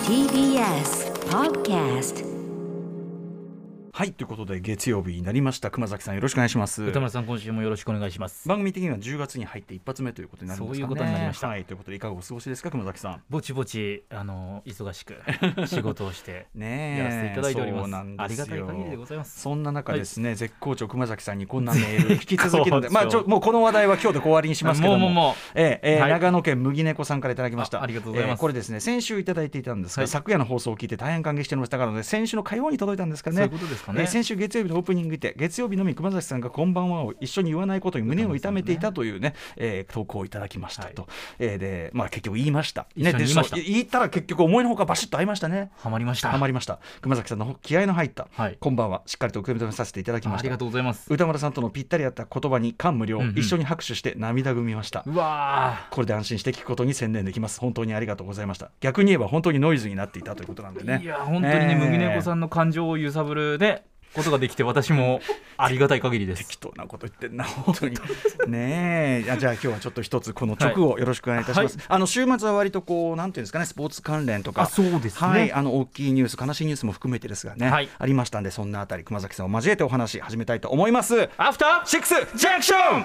TBS Podcast はいということで月曜日になりました熊崎さんよろしくお願いします歌村さん、今週もよろしくお願いします。番組的には10月に入って一発目ということになるんですかねそういうことになりましたはいということでいかがお過ごしですか熊崎さんぼちぼち、あの、忙 しく、仕事をして、ねえやらせていただいておりまそうす。なんあでりすよがたい限りでございます。そんな中ですね、絶好調熊崎さんにこんなメール引き続き ので、絶好ま調あ、ちょもうこの話題は今日で終わりにしますけどももうもうもうええええはい長野県麦猫さんからいただきましたあありがとうございますこれですね先週いただいていたんですが、はい昨夜の放送を聞いて大変感激しておりましたからので先週の火曜に届いたんですかねそういうことですかねええ先週月曜日のオープニングで月曜日のみ熊崎さんが「こんばんは」を一緒に言わないことに胸を痛めていたというねええ投稿をいただきましたと、ええで、まあ、結局言いました,、一緒に言いましたでそう言ったら結局思いのほかバシッと合いましたねハマりました。ハマりました熊崎さんの気合の入った、はいこんばんはしっかりと受け止めさせていただきまあしりたがとうございます。歌丸さんとのぴったり合った言葉に感無量、うんうん一緒に拍手して涙ぐみましたうわこれで安心して聞くことに専念できます本当にありがとうございました逆に言えば本当にノイズになっていたということなんでねー。いや、本当にね、麦猫さんんの感情を揺さぶるね、ことができて、私 もありがたい限りです。適当なこと言ってんな本当にねえあじゃあ今日はちょっと一つこの直をよろしくお願いいたします、はあの週末は割とこうなんていうんですかねスポーツ関連とかあそうですねはいあの大きいニュース悲しいニュースも含めてですがね、はいありましたんでそんなあたり熊崎さんを交えてお話し始めたいと思いますアフターシックスジャンクション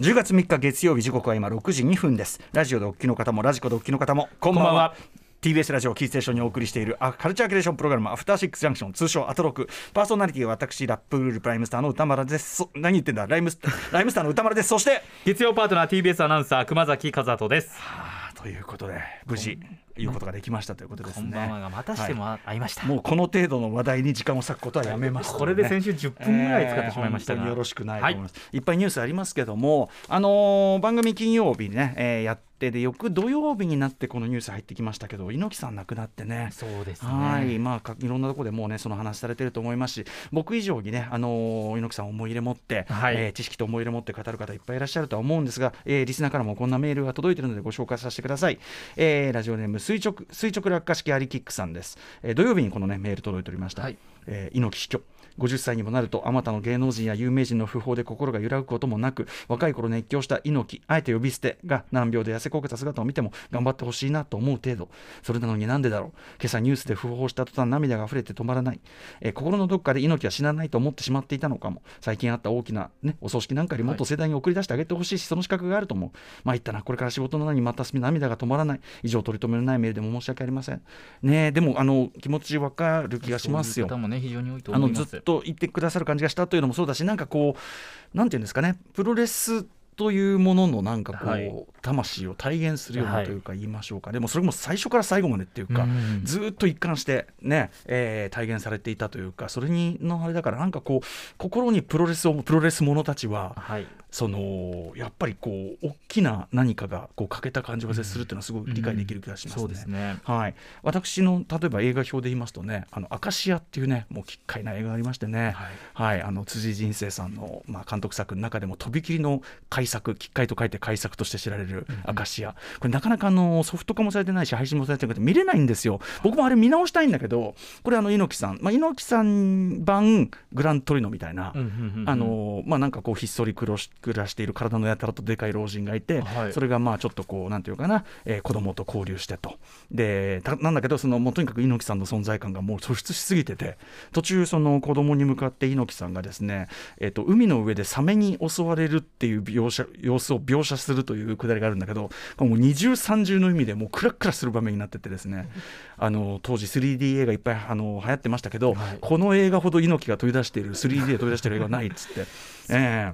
10月3日月曜日時刻は今6時2分ですラジオでお聞きの方もラジコでお聞きの方もこんばんはこんばんは TBS ラジオキーステーションにお送りしているあカルチャーキュレーションプログラムアフターシックスジャンクション通称アトロクパーソナリティは私ラップルールプライムスターの歌丸ですそ何言ってんだライムス ターライムスターの歌丸ですそして月曜パートナー TBS アナウンサー、熊崎和人です。あーということで無事言うことができましたということですこねんばんはが、またしてはも会いましたい。もうこの程度の話題に時間を割くことはやめます、これで先週10分ぐらい使ってしまいましたえー本当が。によろしくないと思います、い、っぱいニュースありますけども、あのー番組金曜日ね、えーやってで翌土曜日になってこのニュース入ってきましたけど猪木さん亡くなってねはいそうですはい、ね。まあか、いろんなところでもうね、その話されてると思いますし、僕以上にね、あのー猪木さんを思い入れ持って、はいえー知識と思い入れ持って語る方いっぱいいらっしゃるとは思うんですが、えーリスナーからもこんなメールが届いてるのでご紹介させてください。えーラジオネーム垂直、垂直落下式アリキックさんです。えー土曜日にこのね、メール届いておりました。はいえー猪木死去50歳にもなるとあまたの芸能人や有名人の訃報で心が揺らぐこともなく若い頃熱狂した猪木あえて呼び捨てが難病で痩せこけた姿を見ても頑張ってほしいなと思う程度それなのになんでだろう今朝ニュースで訃報した途端涙が溢れて止まらない、えー心のどっかで猪木は死なないと思ってしまっていたのかも最近あった大きな、ね、お葬式なんかよりもっと盛大に送り出してあげてほしいしその資格があると思うまあ言ったなこれから仕事なのにまた涙が止まらない以上取り留めのないメールでも申し訳ありませんねえでもあの気持ちわかる気がしますよそういう方もね、非常に多いとあ思のいます。ずっと言ってくださる感じがしたというのもそうだしなんかこうなんていうんですかねプロレスというもののなんかこう、はい魂を体現するようはないというか言いましょうか、でもそれも最初から最後までっていうか、うんずっと一貫してね、えー体現されていたというかそれにのあれだからなんかこう心にプロレスをプロレス者たちははい。そのやっぱりこう大きな何かがこう欠けた感じがするっていうのはすごい理解できる気がしますね。そうですね。はい、私の例えば映画表で言いますとね「あのアカシア」っていうねもう奇怪な映画がありましてね、ははいあの辻人生さんの、まあ、監督作の中でもとびきりの改作奇怪と書いて改作として知られる「アカシア」これなかなかあのソフト化もされてないし配信もされてなくて見れないんですよ僕もあれ見直したいんだけどこれあの猪木さん、まあ、猪木さん版グラントリノみたいな。うんうんうんうんあのまあ、なんかこうひっそり暮らし暮らしている体のやたらとでかい老人がいて、はいそれがまあちょっとこうなんていうかな、えー子供と交流してとでたなんだけどそのもうとにかく猪木さんの存在感がもう突出しすぎてて途中その子供に向かって猪木さんがですね、えー、と海の上でサメに襲われるっていう描写様子を描写するというくだりがあるんだけどこれもう二重三重の意味でもうクラックラする場面になっててです ねあの当時 3D 映画いっぱいあの流行ってましたけど、はいこの映画ほど猪木が飛び出している 3D で飛び出している映画はないっつ って。ええ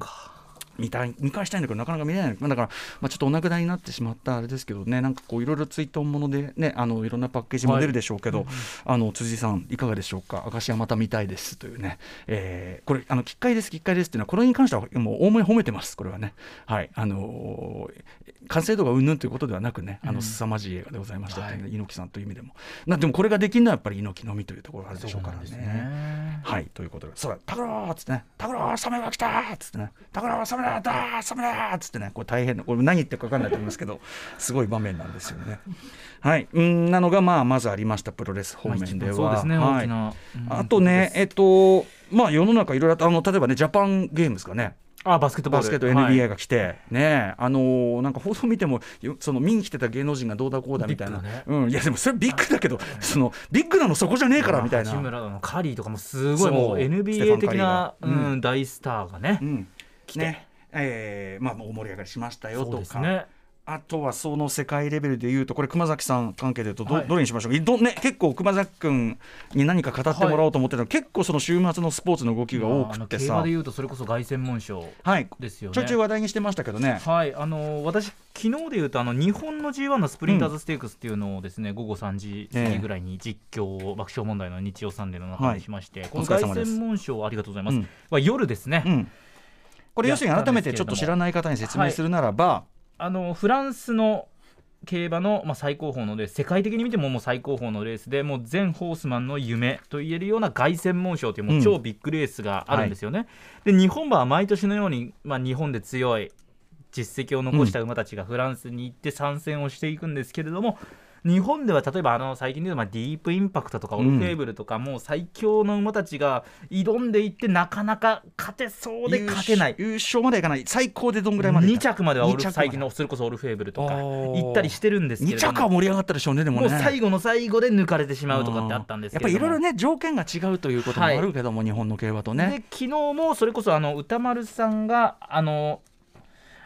見たい見返したいんだけどなかなか見れない、まあ、だから、まあ、ちょっとお亡くなりになってしまったあれですけどねなんかこういろいろ追悼ものでねあのいろんなパッケージも出るでしょうけど、あの辻さんいかがでしょうか「明石はまた見たいです」というね、えーこれあの「きっかりですきっかりです」っていうのはこれに関してはもう大目に褒めてますこれはねはいあのー完成度がうんぬんということではなくねあの凄まじい映画でございましたっていうね、猪木さんという意味でもなでもこれができるのはやっぱり猪木のみというところがあるでしょうからそうなんですねねはい、ということで、それ、タクローっつってね、タクロー、サメが来たーっつってね、タクロー、サメだだー、サメだーっつってね、これ大変な、これ何言ってるか分かんないと思いますけど、すごい場面なんですよね。はい、うんなのが、まあ、まずありました、プロレス方面では。まあ一番そうですねはい大きなうんあとね、えっと、まあ、世の中いろいろあとあの、例えばね、ジャパンゲームですかね。あバスケットボバールスケットはい NBA が来て、ねえあのーなんか報道見てもよその見に来てた芸能人がどうだこうだみたいな、ビッグだねうん、いやでもそれビッグだけどそのビッグなのそこじゃねえからみたいな八。村のカリーとかもすごそいうもうステファ NBA ンカ的リーがな、うんう大スターがね、うんてねえーまあ、大盛り上がりしましたよそうとですか、ねあとはその世界レベルでいうとこれ熊崎さん関係でいうとど,、はいどれにしましょうかいど、ね、結構熊崎君に何か語ってもらおうと思ってたの、結構その週末のスポーツの動きが多くてまああの競馬さで。いうとそれこそ凱旋門賞はいですよねちょいちょい話題にしてましたけどね。はいあの私、昨日で言うとあの日本の G1 のスプリンターズステークスっていうのをですね、午後3時過ぎぐらいに実況を、爆笑問題の日曜サンデーの中でしまして、このお疲れ凱様です旋門賞ありがとうございます、うんは夜ですね、うん、これ要するに改めてやちったょっとんです知けれどもらない方に説明するならば、あのフランスの競馬の、まあ、最高峰のレース世界的に見てももう最高峰のレースでもう全ホースマンの夢と言えるような凱旋門賞というもううん超ビッグレースがあるんですよね。で日本馬は毎年のように、まあ、日本で強い実績を残した馬たちがフランスに行って参戦をしていくんですけれども、日本では例えばあの最近で言うとまあディープインパクトとかオルフェーブルとか、もう最強の馬たちが挑んでいってなかなか勝てそうで優勝てない。優勝までいかない最高でどんぐらいまでい2った着まではオル二着まで最近のそれこそオルフェーブルとかあー行ったりしてるんですけ2れど着はも盛り上がったでしょうねでももねう最後の最後で抜かれてしまうとかってあったんですけれどもやっぱりいろいろね条件が違うということもあるけども、日本の競馬とでね昨日もそれこそあの歌丸さんがあの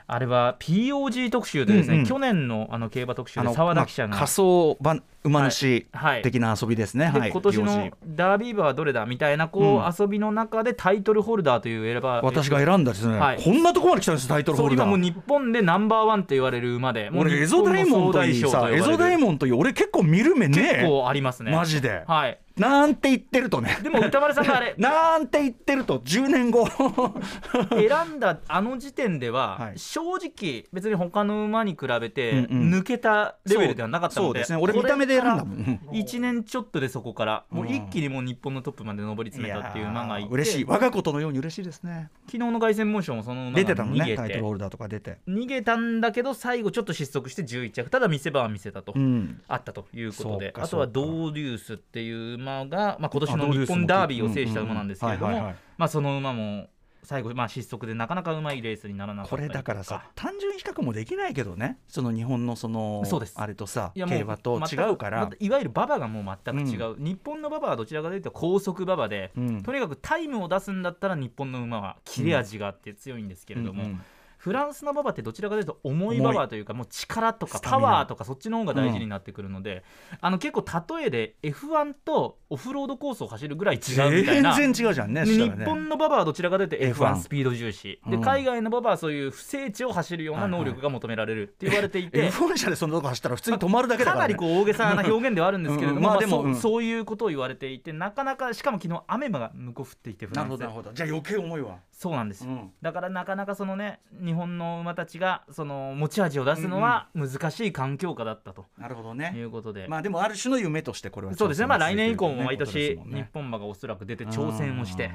あれは POG 特集でですね、うんうん去年のあの競馬特集あでの澤田記者まが、あ仮想馬馬主はい的な遊びですね、はいで今年行の事ダービー馬はどれだみたいなこう遊びの中でタイトルホルダーという選ば私が選んだですね、はいこんなとこまで来たんですタイトルそホうル今ダもうー日本でナンバーワンと言われる馬でもう俺エゾダイモンとい日いさ本の総大賞と呼ばれエるゾダイモンという俺結構見る目ね結構ありますねマジで、はいなんて言ってるとねでも歌丸さんが あれなんて言ってると10年後選んだあの時点でははい正直別に他の馬に比べてうんうん抜けた レベルではなかったそうのそうでですね俺見た目で選んだもん1年ちょっとでそこからもう一気にもう日本のトップまで上り詰めたっていう馬がいやーて嬉しい我がことのように嬉しいですね昨日の凱旋門賞もその馬が出てたの逃ねげタイトルてホルダーとか出て逃げたんだけど最後ちょっと失速して11着ただ見せ場は見せたと。うんあったということそうでかあとはそうかドーデュースっていう馬が、まあ、今年あドのーデュ日ースも本ダービーを制した馬なんですけれどうんうんはいもはいはいまあその馬も最後、まあ、失速でなかなかうまいレースにならなかったこりれとだからさ単純比較もできないけどねその日本のそのそうですあれとさいやもう競馬と違うかまらたいわゆる馬場がもう全く違う、日本の馬場はどちらかというと高速馬場で、うんとにかくタイムを出すんだったら日本の馬は切れ味があって強いんですけれども、うんうんフランスの馬場ってどちらかというと重い重い馬場というかもう力とかスタミナパワーとかそっちの方が大事になってくるので、あの結構例えで F1 とオフロードコースを走るぐらい違うみたいな。全然違うじゃんね日したらね本の馬場はどちらかというと F1 F1 スピード重視、うでん海外の馬場はそういう不正地を走るような能力が求められるって言われていて、 F1 車でそんなとこ走ったら普通に止まるだけだかからなねりこう大げさな表現ではあるんですけれども、うんうんまあまあでもそううんそういうことを言われていて、なかなか、しかも昨日雨が向こう降っていて、フなラるほンスどなるほどじゃあ余計重いわそうなんですよ、うんだからなかなかそのね、日本の馬たちがその持ち味を出すのは難しい環境下だったとなるほどいねうことで、まあでもある種の夢としてこれはそうですね、まあ、来年以降も毎挑戦していくという年、日ことですもんね本馬がおそらく出て挑戦をして、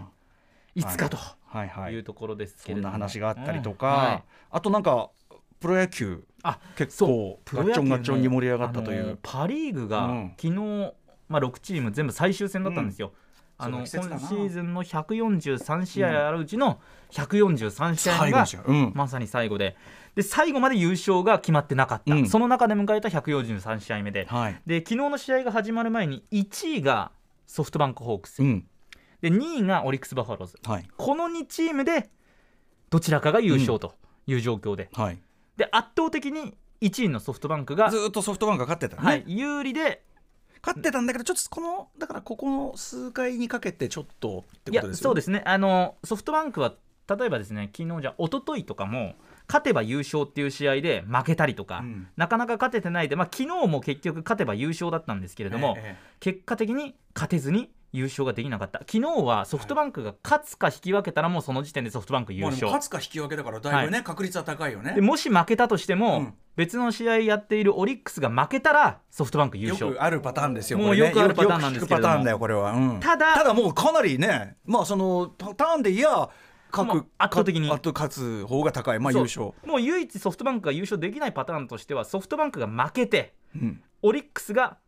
いつかとはいはいいうところですけそれんども、な話があったりとか、うんはいあとなんかプロ野球あ結そう構プガロッチ野球ョンもガッチョンに盛り上がったといあのう。パ・リーグが、うん昨日、まあ、6チーム全部最終戦だったんですよ、うんあの今シそうだ季節だなーズンの143試合あるうちの143試合が、試合、うんまさに最後でで最後まで優勝が決まってなかった、うんその中で迎えた143試合目ではい、で昨日の試合が始まる前に1位がソフトバンクホークス、うん、で2位がオリックス・バファローズはい、この2チームでどちらかが優勝という状況で、はい。で圧倒的に1位のソフトバンクがず、ーっとソフトバンクが勝ってた、ねはい、有利で勝ってたんだけど、ちょっとこのだからここの数回にかけてちょっとっていこやとですそうよ、ですねあのソフトバンクは例えばですね昨日じゃ一昨日とかも勝てば優勝っていう試合で負けたりとか、うんなかなか勝ててないで、まあ、昨日も結局勝てば優勝だったんですけれども、ええ結果的に勝てずに優勝ができなかった昨日はソフトバンクが勝つか引き分けたらもうその時点でソフトバンク優まあでも勝勝つか引き分けだからだいぶね、確率は高いよねで。もし負けたとしても、うん別の試合やっているオリックスが負けたらソフトバンク優よ勝くあるパターンですよ。もうこれねよくあるパターンなんですけれどもよく聞くパターンだよこれは。うんただただもうかなりね、まあそのタターンでいやもう各圧倒的にか圧勝つ方が高い、まあそ優う勝。もう唯一ソフトバンクが優勝できないパターンとしてはソフトバンクが負けてうんオリックスが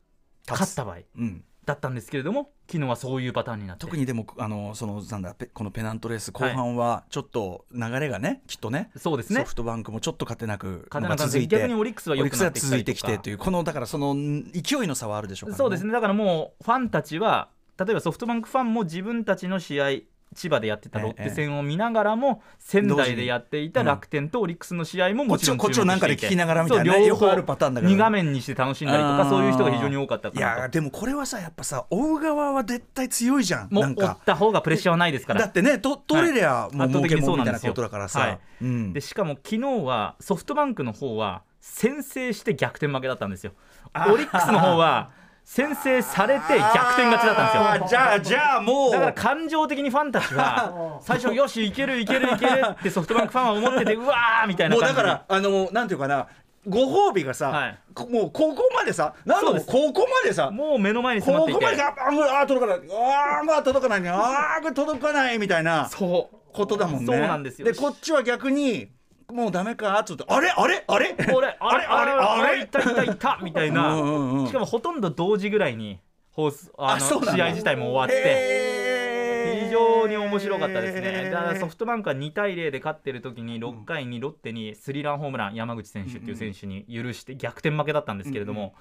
勝つ勝った場合うんだったんですけれども昨日はそういうパターンになって特にでもあのそのなんだペこのペナントレース後半はちょっと流れがね、きっとねそうですねソフトバンクもちょっと勝てなく勝てなかったん続でい逆にてオリックスはオ良リックくスなっがてき続たりいとてかきてというこのだからそのん勢いの差はあるでしょうから、ね、そうですねだからもうファンたちは例えばソフトバンクファンも自分たちの試合千葉でやってたロッテ戦を見ながらも、仙台でやっていた楽天とオリックスの試合もこもっちちろをんこっちをなんかで聞きながらみたいな、そうね、両よ方くあるパターンだけど2画面にして楽しんだりとあかーそういう人が非常に多かったいかやーなとでもこれはさやっぱさ追う側は絶対強いじゃんもうなん追っかた方がプレッシャーはないですかだらってねと取れりゃもう圧倒儲的けにそもうんみたなんいでなすよことだからはいさ、うんでしかも昨日はソフトバンクの方は先制して逆転負けだったんですよあーオリックスの方は先制されて逆転勝ちだったんですよあーじゃあじゃあもうだから感情的にファンたちは最初よしいけるいけるいけるってソフトバンクファンは思っててうわーみたいなもう感だかじらあのなんていうかなご褒美がさ、はいこもうここまでさなんそうかでもすうここまでさもう目の前に迫っこていこてまでがあもうあー届かないあーまあ届かないねあーこれ届かないみたいなそうことだもんねそうなんですよでこっちは逆にもうダメかっつってあれあれあれこれあれあれあれあいたいたいたみたいなうんうんうんしかもほとんど同時ぐらいに放送ああそうのなんだ試合自体も終わってへー非常に面白かったですねだからソフトバンクは2対0で勝ってる時に6回にロッテにスリーランホームラン山口選手っていう選手に許して逆転負けだったんですけれども、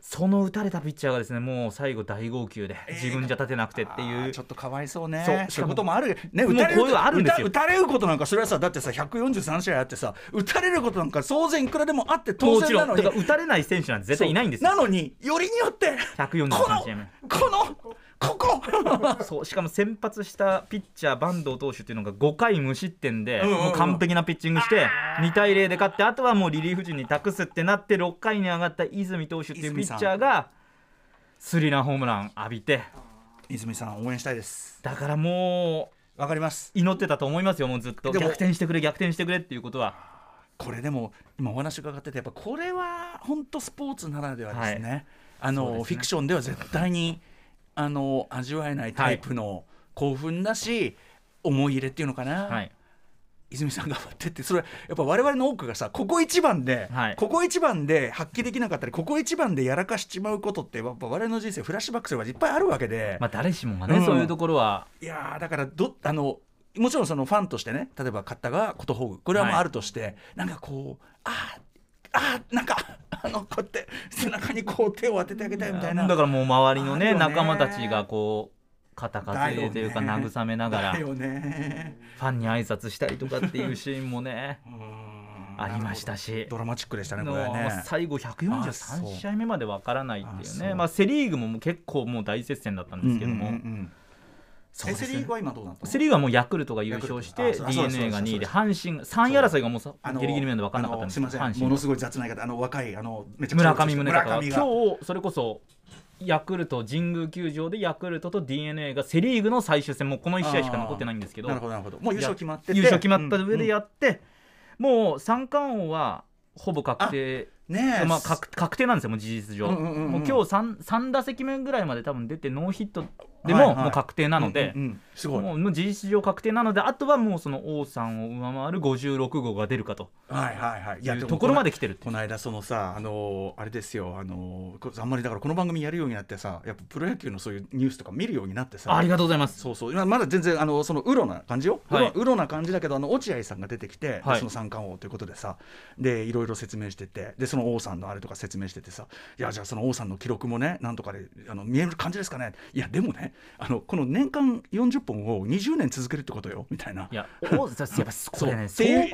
その打たれたピッチャーがですねもう最後大号泣で自分じゃ立てなくてっていう、あーちょっとかわいそうねそうそういうこともあるねもう打たれこういうのあるんですよ打た打たれることなんかそれはさだってさ143試合あってさ打たれることなんか当然いくらでもあって当もち然ろなんのだにから打たれない選手なんて絶対いないんですよそうなのによりによってこの143試合目このここそうしかも先発したピッチャー坂東投手っていうのが5回無失点で、うんうんうんもう完璧なピッチングして2対0で勝ってあとはもうリリーフ陣に託すってなって6回に上がった泉投手っていうピ泉さッんチャーがスリーランホームラン浴びて泉さん応援したいですだからもわかりますう祈ってたと思いますよもうずっとでも逆転してくれ逆転してくれっていうことはこれでも今お話伺っててやっぱこれは本当スポーツならではですね、あそうのですねフィクションでは絶対にあの味わえないタイプの興奮だし、思い入れっていうのかな、はい泉さんが頑張ってってそれはやっぱ我々の多くがさここ一番で、はいここ一番で発揮できなかったりここ一番でやらかしちまうことってやっぱ我々の人生フラッシュバックすればいっぱいあるわけで、まあ誰しもがね、うんそういうところはいやーだからどあのもちろんそのファンとしてね例えば買ったがことほぐこれはもうはいあるとして、なんかこうあーあーなんか あのこうやって背中にこう手を当ててあげたいみたいな。だからもう周りのあねるよね仲間たちがこう肩担いでというかだよね慰めながらだよねファンに挨拶したりとかっていうシーンもねうーんありましたしドラマチックでしたねこれのはね。最後あそう143試合目までわからないってあいうそねうまあ、セ・リーグももう結構もう大接戦だったんですけども、うんうんうんうんそうですえセリーねグは今どうなったのセ・リーグはもうヤクルトが優勝しヤてクルト d あそう n そう a が2位でそう阪神3位争いがもうさあのギリギリまで分からなかったんですけどあのすみま阪せんも神のすごい雑な言い方あの若いあのめちゃくちゃ村上宗村隆上がが今日それこそヤクルト神宮球場でヤクルトと d n a がセ・リーグの最終戦もうこの1試合しか残ってないんですけどなるほどなるほどもう優勝決まってて優勝決まった上でうんやって、もう三冠王はほぼ確定、うんねえまあ、確確定なんですよ、もう事実上。うんうんうんうんもう今日三3打席目ぐらいまで多分出て、ノーヒットではいもはいもう確定なのでうんう、んうんすごいもうもう事実上確定なので、あとはもうその王さんを上回る56号が出るかとはいはいはいいいやうでもところまで来てるってこの間そのさあのーあれですよあのーこあんまりだからこの番組やるようになってさやっぱプロ野球のそういうニュースとか見るようになってさありがとうございます。そうそう今まだ全然あのそのウロな感じよ、はいうろウロな感じだけどあの落合さんが出てきて、はい。その三冠王ということでさでいろいろ説明しててでその王さんのあれとか説明しててさいやじゃあその王さんの記録もねなんとかであの見える感じですかねいやでもねあのこの年間40本を20年続けるってことよみたいないや、王さん、やっぱこれね、そうっ総ていう合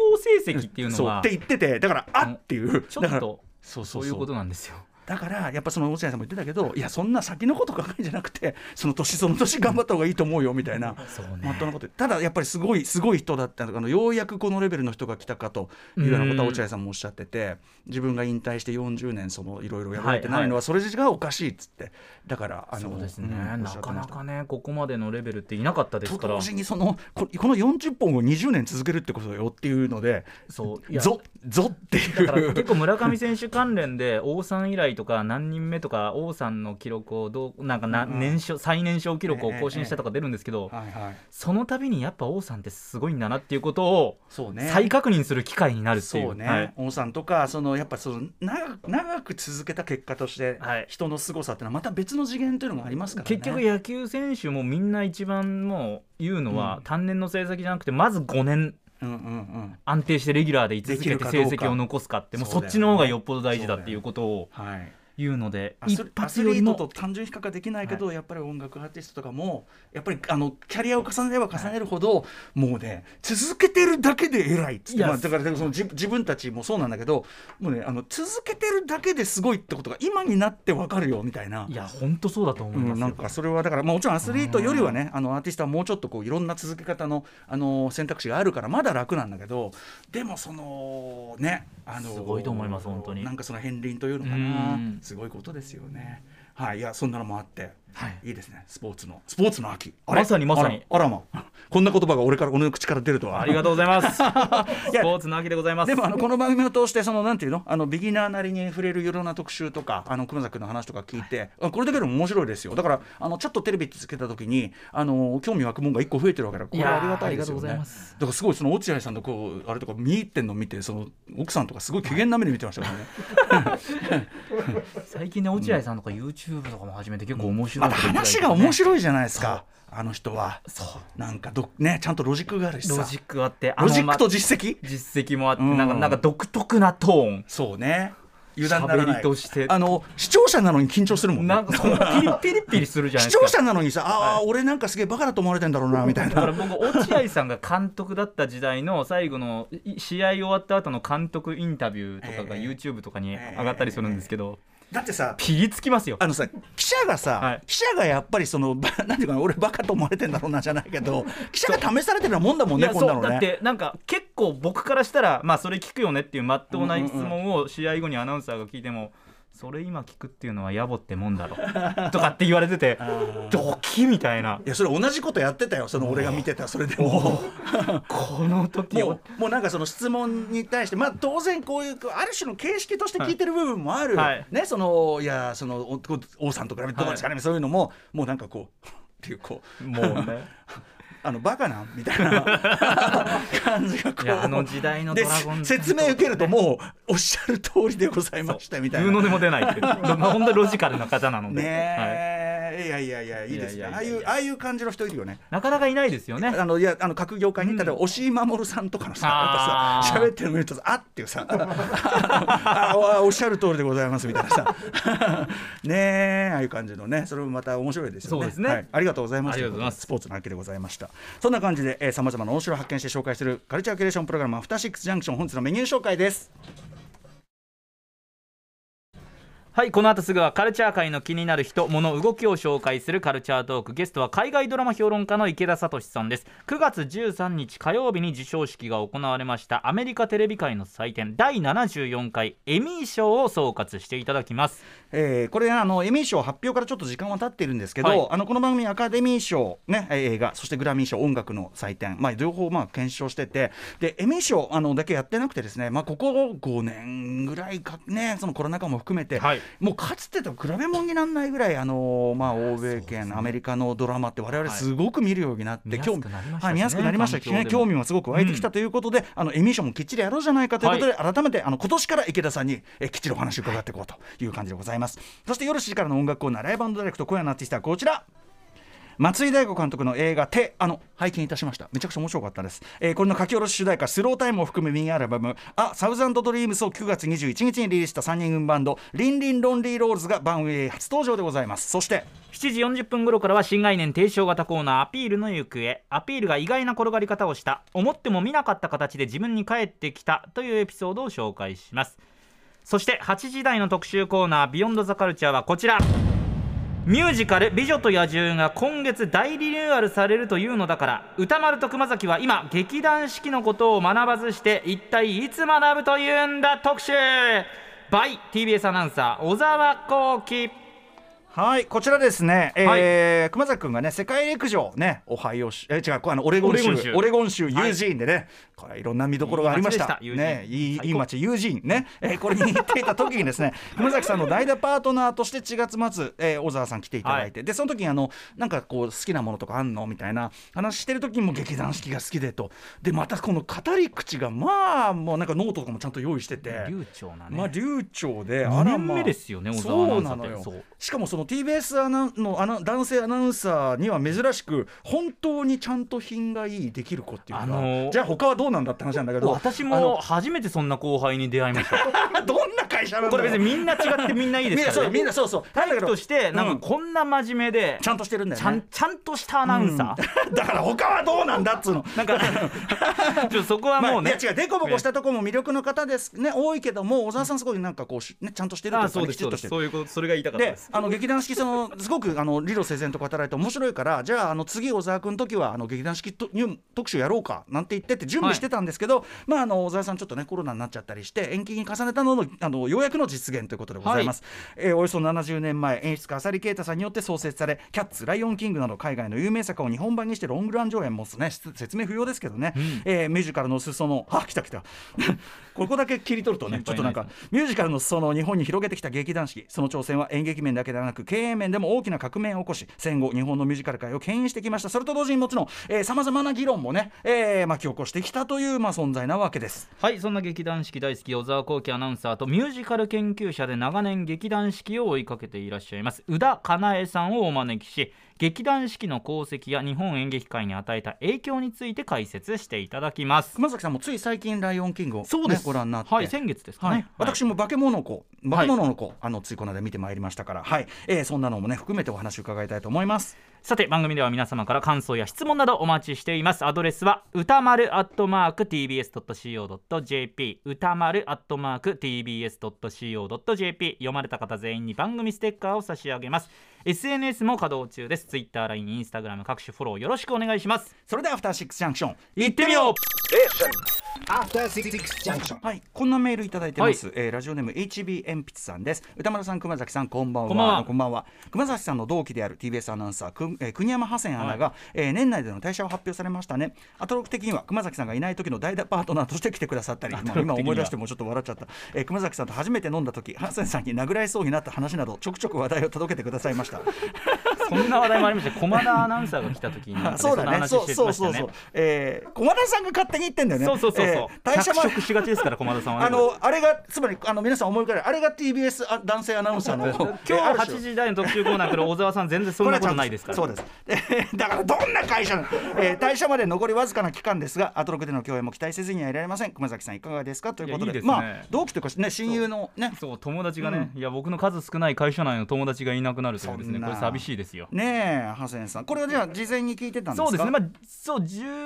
成績っていうのそうはって、言っててだからあうんっていうちょだかっらとそうそそううそういうことなんですよ。だからやっぱその落合さんも言ってたけどいやそんな先のこと考えんじゃなくてその年その年頑張った方がいいと思うよみたいな。そうまねっとうなことでただやっぱりすごいすごい人だったのあのようやくこのレベルの人が来たかというようなことはうん落合さんもおっしゃってて自分が引退して40年そのいろいろやられてなはいいはのいはそれ自体がおかしいっつってだからあのそうですね、うんおなっしゃってかまなしたかね、ここまでのレベルっていなかったですとから同、時にそのここの40本を20年続けるってことよっていうのでそういやぞぞっていだからう結構村上選手関連で、王さん以来っとか何人目とか王さんの記録をどうなんかな、うんうん年少最年少記録を更新したとか出るんですけど、はいはい、その度にやっぱ王さんってすごいんだなっていうことをそうね再確認する機会になるっていう。そうね、はい王さんとかそのやっぱその長く長く続けた結果として、はい人の凄さっていうのはまた別の次元というのがありますからね結局野球選手もみんな一番もう言うのは、うん単年の成績じゃなくてまず5年うんうんうん安定してレギュラーで居続けできるてか成どうか績を残すかってもうそそうだよっねちの方がよっぽど大事だっていうことをはい言うのでアス一発よアスリりーもトと単純比較はできないけど、やっぱり音楽アーティストとかもやっぱりあのキャリアを重ねれば重ねるほど、もうね続けてるだけで偉いっつっいて、やまあ、だからだからその自自分たちもそうなんだけどもうねあの続けてるだけですごいってことが今になってわかるよみたいないや本当そうだと思いますよ、うん、なんかそれはだから、まあ、もちろんアスリートよりはね、あのアーティストはもうちょっとこういろんな続け方のあの選択肢があるからまだ楽なんだけどでもそのねあのすごいと思います本当になんかその片鱗というのかなうんすごいことですよねはいいやそんなのもあって、はいい、いですねスポーツのスポーツの秋まさにまさにあらあらまこんな言葉が俺から俺の口から出るとはありがとうございま すスポやーツの秋でございますでもあのこの番組を通してそのなんていうのあのビギナーなりに触れるいろんな特集とかあの熊崎君の話とか聞いて、あこれだけでも面白いですよだからあのちょっとテレビつけた時にあの興味湧くもんが一個増えてるわけだからこれはありがたいですよいやーありがとうございねますだからすごいその落合さんのこうあれとか見入ってんの見てその奥さんとかすごい機嫌な目で見てましたからね最近ね落合さんとか YouTube とかも始めて結構面白いまた話が面い白いじゃないですかあの人はそうなんかどねちゃんとロジックがあるしさロジックあってあのロジッまクと実績実績もあって、うんなんかなんか独特なトーンそうね油断なら喋ないりとしてあの視聴者なのに緊張するもんねなんかそのピリピリピリするじゃない視です聴者かなのにさ、ああ、俺なんかすげえバカだと思われてんだろうな、 みたいだかな。ら僕落合さんが監督だった時代の最後のい試合終わった後の監督インタビューとかがええ YouTube とかに上がったりするんですけど、だってさ、ピリつきますよあのさ、記者がさ、はい記者がやっぱりその、 ばなんていうかな、俺バカと思われてんだろうな、じゃないけど、記者が試されてるようなもんだもんいね、やこそんうなのだっね。てなんか結構僕からしたらまあそれ聞くよねっていうまっとうなうんうんうん質問を試合後にアナウンサーが聞いても、それ今聞くっていうのは野暮ってもんだろとかって言われててドキみたいないや、それ同じことやってたよ、その俺が見てた、それでも。この時もうもうなんかその質問に対して、まあ、当然こういうある種の形式として聞いてる部分もある、はいねそのいやそのお王さんと比べてどうですかね、そういうのももうなんかこう っていうこうもうねあのバカなんみたい な感じがこいうやあの時代のドでラゴンズ説明受けるともうおっしゃる通りでございましたみたい言うなの。でも出ないっていうまあ本当にロジカルな方なので、ねはいえ、い、やいやいやいいですいねやいああやいいやいうやああいう感じの人いるよね。なかなかいないですよねあのいやあの各業界に例えば押井守さんとかのさやあっーぱさ喋ってるの見るとさあっていうさ あのあおっしゃる通りでございますみたいなさ ねえああいう感じのねそれもまた面白いですよねそうですねはいありがとうございましたありがとうございますスポーツのわけでございましたそんな感じでさまざまな面白を発見して紹介するカルチャーキュレーションプログラム「アフターシックスジャンクション」本日のメニュー紹介ですはいこの後すぐはカルチャー界の気になる人物動きを紹介するカルチャートークゲストは海外ドラマ評論家の池田聡さんです9月13日火曜日に授賞式が行われましたアメリカテレビ界の祭典第74回エミー賞を総括していただきますえーこれあのエミー賞発表からちょっと時間は経っているんですけど、はいあのこの番組アカデミー賞、ね、えー映画そしてグラミー賞音楽の祭典、まあ、両方まあ検証しててでエミー賞あのだけやってなくてですね、まあ、ここ5年ぐらいか、ね、そのコロナ禍も含めて、はいもうかつてと比べ物にならないぐらいあの、まあ、欧米そうです圏、ねアメリカのドラマって我々すごく見るようになって、はい興味見やすくなりましたしはい見やすくなりましたし、ねね、環境でも興味もすごく湧いてきたということで、あのエミー賞もきっちりやろうじゃないかということで、改めてあの今年から池田さんにえきっちりお話を伺っていこうという感じでございます。そして夜7時からの音楽コーナーライブダイレクト今夜のアーティストはこちら。松井大吾監督の映画「手」あの拝見いたしましためちゃくちゃ面白かったです、えーこれの書き下ろし主題歌「スロータイム」を含むミニアルバム「あサウザンドドリームスを9月21日にリリースした3人組バンド「リンリンロンリーロールズ」が番組へ初登場でございますそして7時40分頃からは新概念提唱型コーナーアピールの行方アピールが意外な転がり方をした思っても見なかった形で自分に返ってきたというエピソードを紹介しますそして8時台の特集コーナー「ビヨンドザカルチャーはこちらミュージカル「美女と野獣」が今月大リニューアルされるというのだから歌丸と熊崎は今劇団四季のことを学ばずして一体いつ学ぶというんだ特集 by TBS アナウンサー小沢光輝はいこちらですね、えー熊崎君がね世界陸上ねオハイオ州え違うこうあのオレゴン州オオレレゴン州ゴン州ユージーンでね、これいろんな見どころがありましたいい街でしたユーねジーンいい最いい高街ユージーンね、えーこれに行っていた時にです ね熊崎さんの代打パートナーとして4月末、えー小沢さん来ていただいて、でその時にあのなんかこう好きなものとかあんのみたいな話してる時にも劇団四季が好きでとでまたこの語り口がまあもうなんかノートとかもちゃんと用意してて。流暢なね、まあ流暢で、 2あら年まあ目ですよね、小沢そうアナウンサなのーってよそうしかもその TBS アナウンのアナ男性アナウンサーには珍しく本当にちゃんと品がいいできる子っていうか、あのーじゃあ他はどうなんだって話なんだけど私あもの初めてそんな後輩に出会いまし たどんな会社なんだこれ別ににみんな違ってみんないいですからみんねなそうみんなそうそうなんだ体け育どとしてなんうかこんな真面目でちゃんとしてるんだちゃよんねちゃんとしたアナウンサーだから他はどうなんだっつうのなんか ちょっとそこは まあもうねいや違うでこぼこしたとこも魅力の方ですね多いけども小沢さんすごいなんかこうし、ね、ちゃんとしてるといあうかそうねできすちっそうとでしてるすそういうことそれが言いたかったでですあの劇団四季そのすごくあの理路整然と語られて面白いからじゃああの次小沢君の時はあの劇団四季とニュー特集やろうかなんて言ってって準備してたんですけど、まああの小沢さんちょっとねコロナになっちゃったりして延期に重ねたののあのようやくの実現ということでございます、えーおよそ70年前演出家浅利啓太さんによって創設され「キャッツ」「ライオンキング」など海外の有名作を日本版にしてロングラン上演もすね説説明不要ですけどね、えーミュージカルの裾のあ来た来 たここだけ切り取るとねちょっとなんかミュージカルの裾野を日本に広げてきた劇団四季その挑戦は演劇面だけではなく経営面でも大きな革命を起こし戦後日本のミュージカル界を牽引してきましたそれと同時にもちろんさまざまな議論もね、えー巻き起こしてきたという、まあ、存在なわけです。はいそんな劇団四季大好き小沢光輝アナウンサーとミュージカル研究者で長年劇団四季を追いかけていらっしゃいます宇田かなえさんをお招きし劇団四季の功績や日本演劇界に与えた影響について解説していただきます熊崎さんもつい最近「ライオンキングを、ね」ご覧になって、はい先月ですかね、はい、はい私も化け物の子、化け物の子、あのついこの間見てまいりましたから、はい、えーそんなのもね含めてお話を伺いたいと思います。さて番組では皆様から感想や質問などお待ちしていますアドレスは歌丸 tbs.co.jp 歌丸 tbs.co.jp 読まれた方全員に番組ステッカーを差し上げます SNS も稼働中です Twitter、LINE、Instagram 各種フォローよろしくお願いしますそれではアフターシックスジャンクション行ってみよう After Six Junction. はい、こんなメールいただいてます。えーラジオネーム HB 鉛筆さんです。歌丸さん、熊崎さん、こんばんは。こんばんは熊崎さんの同期である TBS アナウンサー、くえー国山ハセンアナが、えー年内での退社を発表されましたね。アトロック的には熊崎さんがいない時の代打パートナーとして来てくださったり、まあ今思い出してもちょっと笑っちゃった。えー熊崎さんと初めて飲んだ時、ハセンさんに殴られそうになった話など、ちょくちょく話題を届けてくださいま した。そんな話題もありました駒田アナウンサーが来 た時になんかあねそうだんなね。話そしうてそまうしそたうそうね。えー、駒田さんが勝手に言ってんだよね。そうそうそうそえう、ー退社ま脚色しがちですから駒田さんはねあ のあれがつまりあの皆さん思い浮かべるあれが TBS あ男性アナウンサー の今日ある種8時台の特集コーナー来る小沢さん全然そんなことないですからそうです。 えーだからどんな会社なの、えー退社まで残りわずかな期間ですが、アトロクでの共演も期待せずにはいられません。熊崎さんいかがですかということで、いやいいですねまあ同期というかね親友のね。そう友達がね、いや僕の数少ない会社内の友達がいなくなるというですそねんこなれ寂しいですよねえ、ハセンさん、これはじゃあ事前に聞いてたんですか。そうですねまあそう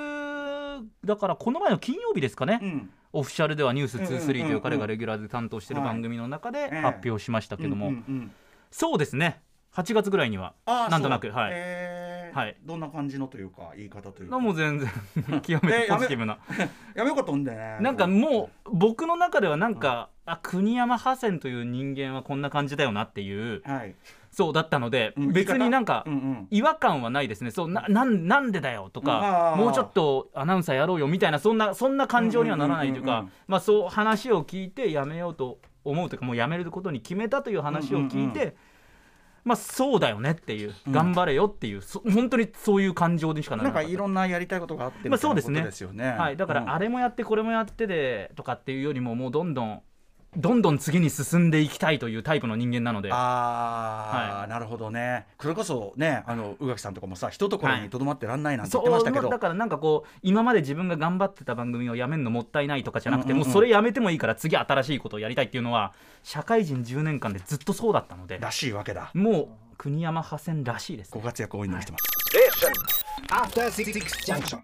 10だからこの前の金曜日ですかね、うんオフィシャルでは「ニュース2 3といううんうんうんう彼んがレギュラーで担当してるはい番組の中でええ発表しましたけども、うんうんうんそうですね8月ぐらいにはあーなんとなくそうはい、えーはいどんな感じのというか言い方というか。もう全然 極めてポジティブな、やめようかとんでね。 なんかもう僕の中ではなんか、あ国山ハセンという人間はこんな感じだよなっていうはい。そうだったので、うん別になんか、うんうん。違和感はないですねそうななんなんでだよとか、うんもうちょっとアナウンサーやろうよみたいなそんなそんな感情にはならないというか、うんうんうんうんまあ、そう話を聞いてやめようと思うというかもうやめることに決めたという話を聞いて、うんうまあそうだよねっていう、うん頑張れよっていうそ本当にそういう感情にしかならななんかかったいろんなやりたいことがあってまみたいなあそうですねことですよね。はい、だからあれ、れもやってこれもやってでとかっていうよりももうどんどんどんどん次に進んでいきたいというタイプの人間なので。あー、はいなるほどね。それこそね、あの宇垣さんとかもさ、一ところにとどまってらんないなんて言そってましたけうど、だからなんかこう今まで自分が頑張ってた番組をやめるのもったいないとかじゃなくて、うんうんうんもうそれやめてもいいから次新しいことをやりたいっていうのは社会人10年間でずっとそうだったのでらしいわけだ。もう国山派遣らしいですねご活躍をお祈りしてます。 After Six Junction.